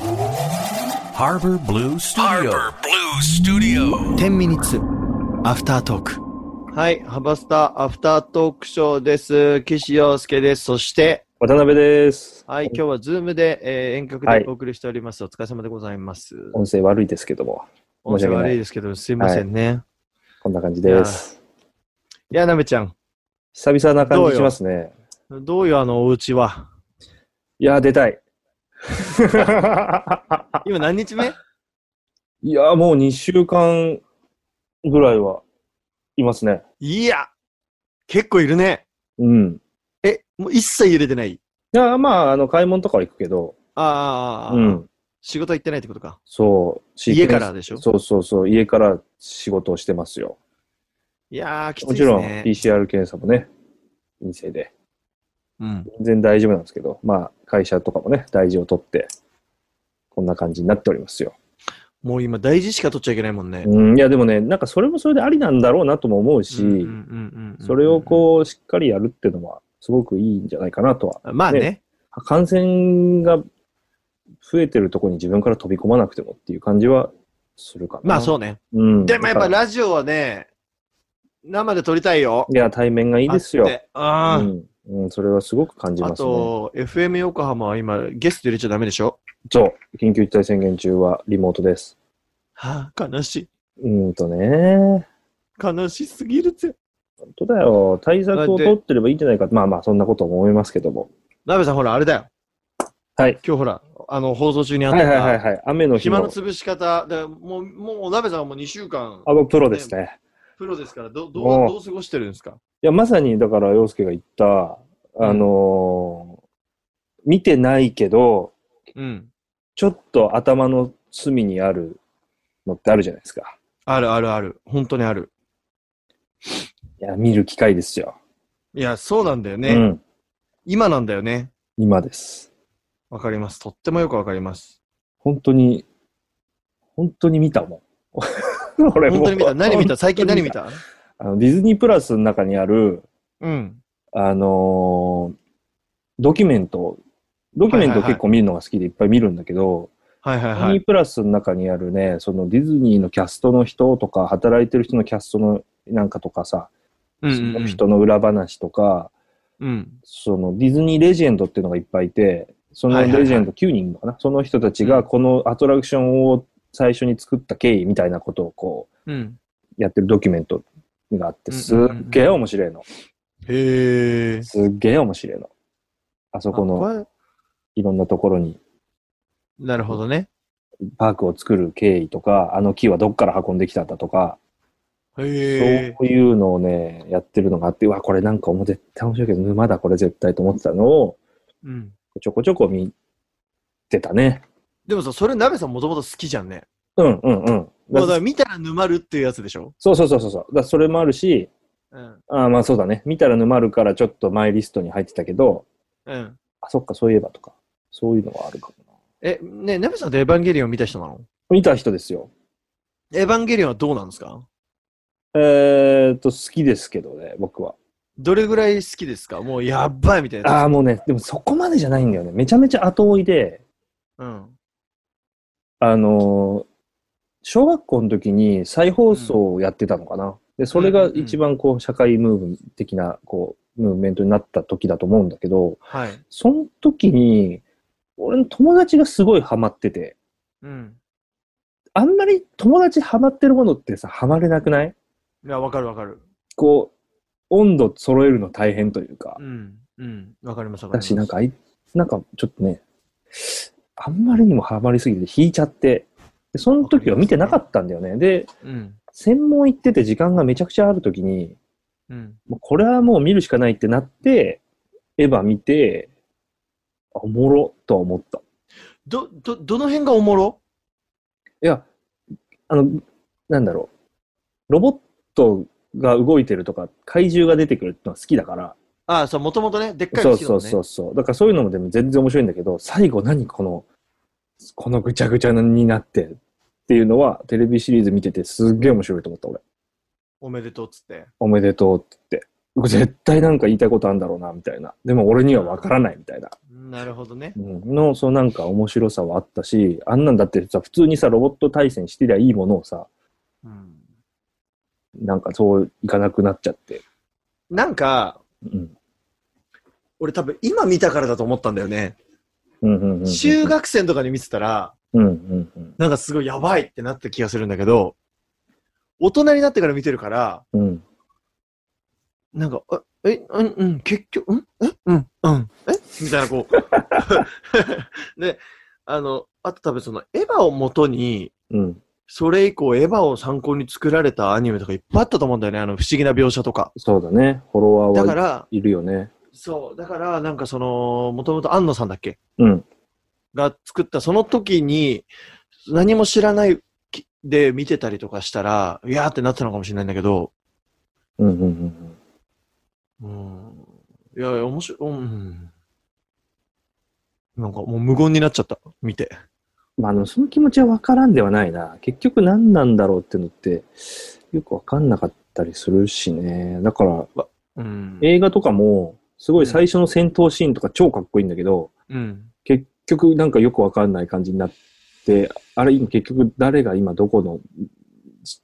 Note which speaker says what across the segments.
Speaker 1: ハーバーブルースタジオ。
Speaker 2: Harbor Blue Studio.
Speaker 3: 10ミニッツアフタートーク
Speaker 4: はい、ハバスターアフタートークショーです。岸洋介です。そして、
Speaker 5: 渡辺です。
Speaker 4: はい、今日はズームで、えー遠隔
Speaker 5: はい
Speaker 4: でお送りしております。お疲れ様でございます。
Speaker 5: 音声悪いですけども、
Speaker 4: 音
Speaker 5: 申し
Speaker 4: 声
Speaker 5: 訳ない
Speaker 4: 悪いですけど、すいませんね。い、
Speaker 5: こんな感じです。
Speaker 4: や、なべちゃん、
Speaker 5: 久々な感じしますね。
Speaker 4: どういうあのお家は。
Speaker 5: いやー、出 たい。
Speaker 4: 今何日目
Speaker 5: いやー、もう2週間ぐらいはいますね。
Speaker 4: いや、結構いるね。
Speaker 5: うん。
Speaker 4: え、もう一切入れてない。
Speaker 5: いやー、まあ、あの、買い物とかは行くけど、
Speaker 4: ああ、
Speaker 5: うん。
Speaker 4: 仕事行ってないってことか。
Speaker 5: そう。飼育
Speaker 4: 家
Speaker 5: 員
Speaker 4: からでしょ
Speaker 5: そうそうそう。家から仕事をしてますよ。
Speaker 4: いやー、きつい
Speaker 5: も
Speaker 4: で
Speaker 5: ち
Speaker 4: すね。
Speaker 5: ろん、PCR 検査もね、陰性で。
Speaker 4: うん。
Speaker 5: 全然大丈夫なんですけど、まあ、会社とかもね、大事を取って、こんな感じになっておりますよ。
Speaker 4: もう今、大事しか取っちゃいけないもんね。
Speaker 5: うん、いやでもね、なんかそれもそれでありなんだろうなとも思うし、
Speaker 4: うんうんうんうん
Speaker 5: それをこう、しっかりやるっていうのは、すごくいいんじゃないかなとは。
Speaker 4: うん。まあね
Speaker 5: 感染が増えてるところに自分から飛び込まなくてもっていう感じはするかな。
Speaker 4: まあそうね。
Speaker 5: う。うん。
Speaker 4: でもやっぱ
Speaker 5: だから
Speaker 4: ラジオはね、生で撮りたいよ。
Speaker 5: いや、対面がいいですよ
Speaker 4: あっ。てあー
Speaker 5: うん、うん、それはすごく感じ
Speaker 4: あ
Speaker 5: ますね。
Speaker 4: と、FM 横浜は今、ゲスト入れちゃダメでしょ
Speaker 5: そう。緊急事態宣言中はリモートです。
Speaker 4: はあ、悲しい。
Speaker 5: うーんとね。
Speaker 4: 悲しすぎるぜ。
Speaker 5: 本当だよ。対策
Speaker 4: だっ
Speaker 5: を
Speaker 4: て
Speaker 5: 取ってればいいんじゃないか。まあまあ、そんなことも思いますけども。
Speaker 4: なべさん、ほら、あれだよ。
Speaker 5: はい。
Speaker 4: 今日ほら、あの、放送中にあっ
Speaker 5: はい
Speaker 4: た、
Speaker 5: はいはいはい。雨の日
Speaker 4: 暇の
Speaker 5: の。
Speaker 4: 潰し方。でもう、もう、なべさんはもう2週間、
Speaker 5: あの、プロですね。
Speaker 4: プロですから、ど、どう、
Speaker 5: もう
Speaker 4: どう過ごしてるんですか
Speaker 5: いや、まさに、だから、洋介が言った、あのー見てないけど、
Speaker 4: うん。
Speaker 5: ちょっと頭の隅にあるのってあるじゃないですか。
Speaker 4: あるあるある。本当にある。
Speaker 5: いや、見る機会ですよ。
Speaker 4: いや、そうなんだよね。
Speaker 5: うん。
Speaker 4: 今なんだよね。
Speaker 5: 今です。
Speaker 4: わかります。とってもよくわかります。
Speaker 5: 本当に、本当に見たもん。 俺も
Speaker 4: 本当に見た。何見た最近何見た
Speaker 5: あのディズニープラスの中にある、
Speaker 4: うん。
Speaker 5: あのードキュメント、ドキュメントを結構見るのが好きでいっぱい見るんだけど、
Speaker 4: はいはい
Speaker 5: ディ
Speaker 4: は
Speaker 5: ズ
Speaker 4: い
Speaker 5: ニ。ープラスの中にあるね、そのディズニーのキャストの人とか、働いてる人のキャストのなんかとかさ、
Speaker 4: うん
Speaker 5: そ
Speaker 4: うんう
Speaker 5: の
Speaker 4: ん
Speaker 5: 人の裏話とか、
Speaker 4: うん。
Speaker 5: そのディズニーレジェンドっていうのがいっぱいいて、その
Speaker 4: はいはいはい
Speaker 5: レジェンド9人いるのかな、その人たちがこのアトラクションを最初に作った経緯みたいなことをこ
Speaker 4: うん。
Speaker 5: う、やってるドキュメントがあって、すっげえ面白いの。
Speaker 4: へえ。
Speaker 5: すっげえ面白いの。あそこの
Speaker 4: の。
Speaker 5: いろんなところに
Speaker 4: なるほどね。
Speaker 5: パークを作る経緯とか、あの木はどっから運んできたんだとか、
Speaker 4: へえ。
Speaker 5: そういうのをね、やってるのがあって、うわ、これなんかもう絶対面白いけど、沼だ、これ絶対と思ってたのを、
Speaker 4: うん。
Speaker 5: ちょこちょこ見てたね。
Speaker 4: でもさ、それ、なべさんもともと好きじゃんね。
Speaker 5: うんうんうん。
Speaker 4: ま
Speaker 5: だ
Speaker 4: あだから見たら沼るっていうやつでしょ
Speaker 5: そうそうそうそう。だからそれもあるし、
Speaker 4: うん。
Speaker 5: あーまあそうだね。見たら沼るからちょっとマイリストに入ってたけど、
Speaker 4: うん。
Speaker 5: あ、そっか、そういえばとか、そういうのはあるかもな。
Speaker 4: え、ねえ、なべさんってエヴァンゲリオン見た人なの
Speaker 5: 見た人ですよ。
Speaker 4: エヴァンゲリオンはどうなんですか
Speaker 5: えー、っと、好きですけどね、僕は。
Speaker 4: どれぐらい好きですかもうやっばいみたいな
Speaker 5: あ
Speaker 4: や
Speaker 5: あ、もうね、でもそこまでじゃないんだよね。めちゃめちゃ後追いで、
Speaker 4: つ。うん。
Speaker 5: あのー小学校の時に再放送をやってたのかな。で、それが一番こう、社会ムーブ的な、こう、ムーブメントになった時だと思うんだけど、
Speaker 4: はい。
Speaker 5: その時に、俺の友達がすごいハマってて、
Speaker 4: うん。
Speaker 5: あんまり友達ハマってるものってさ、ハマれなくない
Speaker 4: いや、わかるわかる。
Speaker 5: こう、温度揃えるの大変というか
Speaker 4: う。ん。うん。わかりますわかり
Speaker 5: だ
Speaker 4: ます。
Speaker 5: し、なんかあい、なんかちょっとね、あんまりにもハマりすぎて引いちゃって、でその時は見てなかったんだよね。で、
Speaker 4: うん。
Speaker 5: 専門行ってて時間がめちゃくちゃあるときに、
Speaker 4: うん。
Speaker 5: もうこれはもう見るしかないってなって、エヴァ見て、おもろとは思った。い
Speaker 4: ど、ど、どの辺がおもろ
Speaker 5: や、あの、なんだろう。ロボットが動いてるとか、怪獣が出てくるってのは好きだから、
Speaker 4: ああ、そう、もともとね、でっかい
Speaker 5: そう
Speaker 4: の好きだ
Speaker 5: そ
Speaker 4: もん
Speaker 5: う
Speaker 4: ね。
Speaker 5: そうそう。だからそういうのもでも全然面白いんだけど、最後何この、このぐちゃぐちゃになってっていうのは、テレビシリーズ見ててすっげえ面白いと思った、俺。
Speaker 4: おめでとうっつって。
Speaker 5: おめでとうって言って。絶対なんか言いたいことあるんだろうな、みたいな。でも俺にはわからないみたいな。
Speaker 4: なるほどね。
Speaker 5: うんの、そのなんか面白さはあったし、あんなんだってさ、普通にさ、ロボット対戦してりゃいいものをさ、
Speaker 4: うん、
Speaker 5: なんかそういかなくなっちゃって。
Speaker 4: なんか、
Speaker 5: うん。
Speaker 4: 俺多分今見たからだと思ったんだよね。
Speaker 5: うんうんうんうん。
Speaker 4: 中学生とかに見てたら、
Speaker 5: うんうんうん。
Speaker 4: なんかすごいやばいってなった気がするんだけど、大人になってから見てるから、
Speaker 5: うん。
Speaker 4: なんか、あえ、うん、うん、結局、うん、え、うん、うん、えみたいな、こ う。で、あの、あと多分その、エヴァを元に、
Speaker 5: うん。
Speaker 4: それ以降、エヴァを参考に作られたアニメとかいっぱいあったと思うんだよね。あの、不思議な描写とか。
Speaker 5: そうだね。フォロワ
Speaker 4: だ
Speaker 5: ー
Speaker 4: か
Speaker 5: は
Speaker 4: ら、
Speaker 5: いるよね。
Speaker 4: そう、だから、なんかその、もともと安野さんだっけ
Speaker 5: うん。
Speaker 4: が作ったその時に、何も知らないきで見てたりとかしたら、いやーってなってたのかもしれないんだけど、
Speaker 5: うんうんうんうん。
Speaker 4: うん。いやいや、面白い、うん。なんかもう無言になっちゃった、見て。
Speaker 5: まあ、あの、その気持ちはわからんではないな。結局何なんだろうってのって、よくわかんなかったりするしね。だから、
Speaker 4: うん。
Speaker 5: 映画とかも、すごい最初の戦闘シーンとか超かっこいいんだけど、
Speaker 4: うん。
Speaker 5: 結局なんかよくわかんない感じになって、あれ今結局誰が今どこの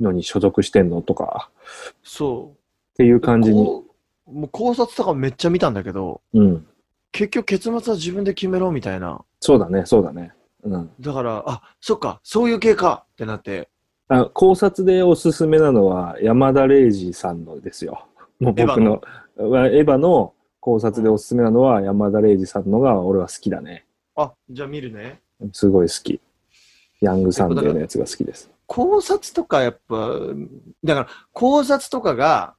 Speaker 5: のに所属してんのとか、
Speaker 4: そ
Speaker 5: っていう
Speaker 4: う。
Speaker 5: 感じに。
Speaker 4: こうもう考察とかめっちゃ見たんだけど、
Speaker 5: うん。
Speaker 4: 結局結末は自分で決めろみたいな。
Speaker 5: そうだね、そうだね。うん。
Speaker 4: だから、あ、そっか、そういう系かってなって、
Speaker 5: あ考察でおすすめなのは山田玲二さんのですよ。もう僕の、わエヴァの考察でおすすめなのは山田玲二さんのが俺は好きだね。
Speaker 4: あ、じゃあ見るね。
Speaker 5: すごい好き。ヤングサンデーのやつが好きです。
Speaker 4: 考察とかやっぱ、だから考察とかが、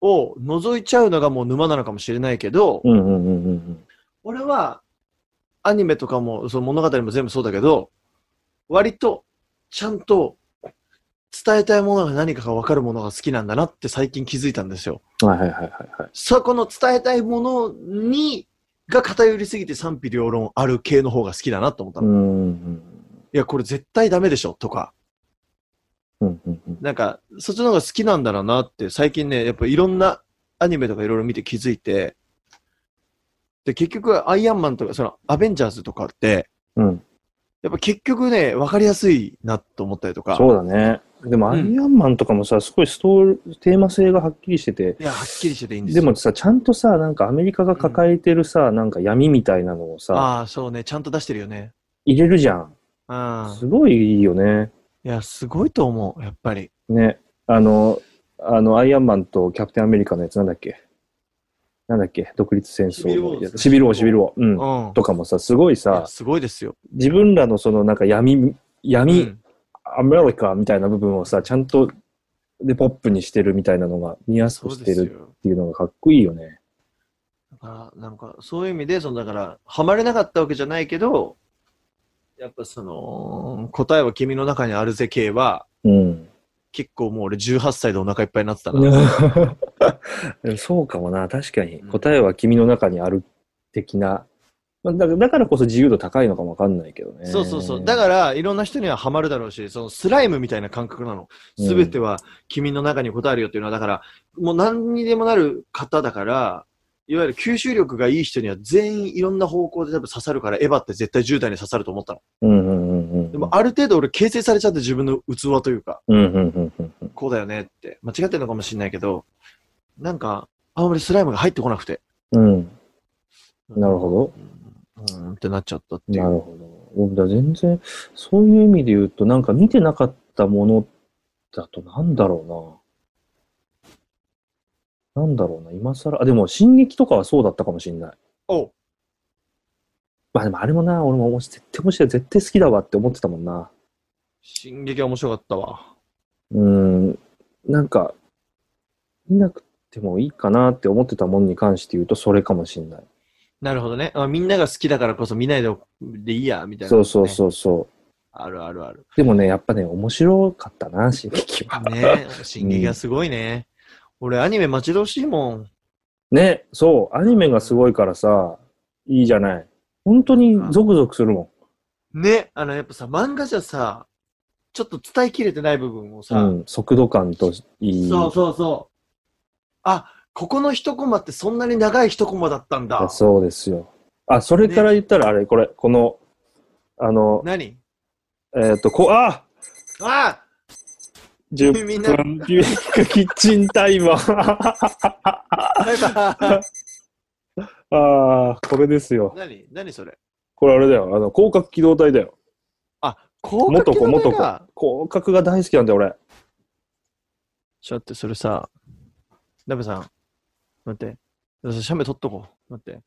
Speaker 4: を覗いちゃうのがもう沼なのかもしれないけど、
Speaker 5: うんうんうんうんうん。
Speaker 4: 俺はアニメとかも、その物語も全部そうだけど、割とちゃんと伝えたいものが何かが分かるものが好きなんだなって最近気づいたんですよ。
Speaker 5: はいはいはいはいはい。
Speaker 4: そこの伝えたいものに、が偏りすぎて賛否両論ある系の方が好きだなと思った
Speaker 5: う
Speaker 4: の。い
Speaker 5: んうん
Speaker 4: や、これ絶対ダメでしょとか、
Speaker 5: うんうんうん。
Speaker 4: なんか、そっちの方が好きなんだろうなって、最近ね、やっぱいろんなアニメとかいろいろ見て気づいて、で、結局、アイアンマンとか、その、アベンジャーズとかって、
Speaker 5: うん
Speaker 4: やっぱ結局ね、わかりやすいなと思ったりとか、
Speaker 5: そうだね。でも、ア
Speaker 4: うん
Speaker 5: イアンマンとかもさ、すごいストーリー、テーマ性がはっきりしてて、
Speaker 4: いや、はっきりしてていいんです
Speaker 5: で
Speaker 4: よ。
Speaker 5: もさ、ちゃんとさ、なんかアメリカが抱えてるさ、なんか闇みたいなのをさ、
Speaker 4: ああ、そうね、ちゃんと出してるよね。
Speaker 5: 入れるじゃん。
Speaker 4: うん。
Speaker 5: すごいいいよね。
Speaker 4: いや、すごいと思う、やっぱり。
Speaker 5: ね。あの、あの、アイアンマンとキャプテンアメリカのやつなんだっけなんだっけ独立戦争のやつ。
Speaker 4: シ
Speaker 5: シ
Speaker 4: ビル
Speaker 5: ビル
Speaker 4: 王
Speaker 5: 王、
Speaker 4: ですね
Speaker 5: シビル王。う
Speaker 4: うんん。。
Speaker 5: とかもさ、すごい
Speaker 4: いや
Speaker 5: さ、
Speaker 4: すごいですよ。
Speaker 5: 自分らのそのなんか闇、闇、
Speaker 4: うん
Speaker 5: アメリカみたいな部分をさ、ちゃんと、で、ポップにしてるみたいなのが見やす
Speaker 4: そ
Speaker 5: く
Speaker 4: う
Speaker 5: して
Speaker 4: です
Speaker 5: る
Speaker 4: よ
Speaker 5: っ。ていうのがかっこいいよね。
Speaker 4: だからなんか、そういう意味で、その、だから、ハマれなかったわけじゃないけど、やっぱその、答えは君の中にあるぜ系は、
Speaker 5: うん。
Speaker 4: 結構もう俺18歳でお腹いっぱいになってたな。
Speaker 5: でもそうかもな、確かに。答えは君の中にある的な。まあだからだからこそ自由度高いのかもわかんないけどね。
Speaker 4: そうそうそう。だから、いろんな人にはハマるだろうし、そのスライムみたいな感覚なの。
Speaker 5: うん
Speaker 4: すべては君の中に答えるよっていうのは、だから、もう何にでもなる方だから、いわゆる吸収力がいい人には全員いろんな方向で多分刺さるから、エヴァって絶対10代に刺さると思ったの。
Speaker 5: うんうんうんうん。
Speaker 4: でも、ある程度俺形成されちゃって自分の器というか、
Speaker 5: うんうんうんうんうん。
Speaker 4: こうだよねって、間違ってるのかもしれないけど、なんか、あんまりスライムが入ってこなくて。
Speaker 5: うん。なるほ
Speaker 4: ど。うん、ってなっちゃったってい
Speaker 5: なる
Speaker 4: う。
Speaker 5: ほど。うんだから全然、そういう意味で言うと、なんか見てなかったものだとなんだろうな。なんだろうな、今更。あ、でも、進撃とかはそうだったかもしれない。
Speaker 4: おう
Speaker 5: まあでも、あれもな、俺も、絶対面白い、絶対好きだわって思ってたもんな。
Speaker 4: 進撃は面白かったわ。
Speaker 5: うん、なんか、見なくてもいいかなって思ってたもんに関して言うと、それかもしれない。
Speaker 4: なるほどね。あみんなが好きだからこそ見ないででいいや、みたいな、
Speaker 5: そうそう
Speaker 4: う。
Speaker 5: そうそう。
Speaker 4: あるあるある。
Speaker 5: でもね、やっぱね、面白かったな、新劇は。
Speaker 4: ね進撃がすごいね。俺、アニメ待ち遠しいもん。
Speaker 5: ね、そう、アニメがすごいからさ、いいじゃない。本当にゾクゾクするも
Speaker 4: ね。あの、やっぱさ、漫画じゃさ、ちょっと伝えきれてない部分を
Speaker 5: ん。う
Speaker 4: さ、
Speaker 5: ん、速度感といい。
Speaker 4: そうそうそう。あ、ここの一コマってそんなに長い一コマだったんだ。
Speaker 5: そうですよ。あ、それから言ったらあれ、これ、この、あの、
Speaker 4: 何
Speaker 5: えっ、と、こ、あ
Speaker 4: あ
Speaker 5: !10
Speaker 4: みんな
Speaker 5: 分ピックキッチンタイマー。
Speaker 4: バイバイ
Speaker 5: ああ、これですよ。
Speaker 4: 何何それ
Speaker 5: これあれだよ。あの、広角機動隊だよ。
Speaker 4: あ、広
Speaker 5: 元
Speaker 4: 角
Speaker 5: 子、元
Speaker 4: 機動
Speaker 5: 子
Speaker 4: 隊だ。。
Speaker 5: 広角が大好きなんだよ、俺。
Speaker 4: ちょっと待って、それさ、ダメさん、待って。それ写メ撮っとこう。待って。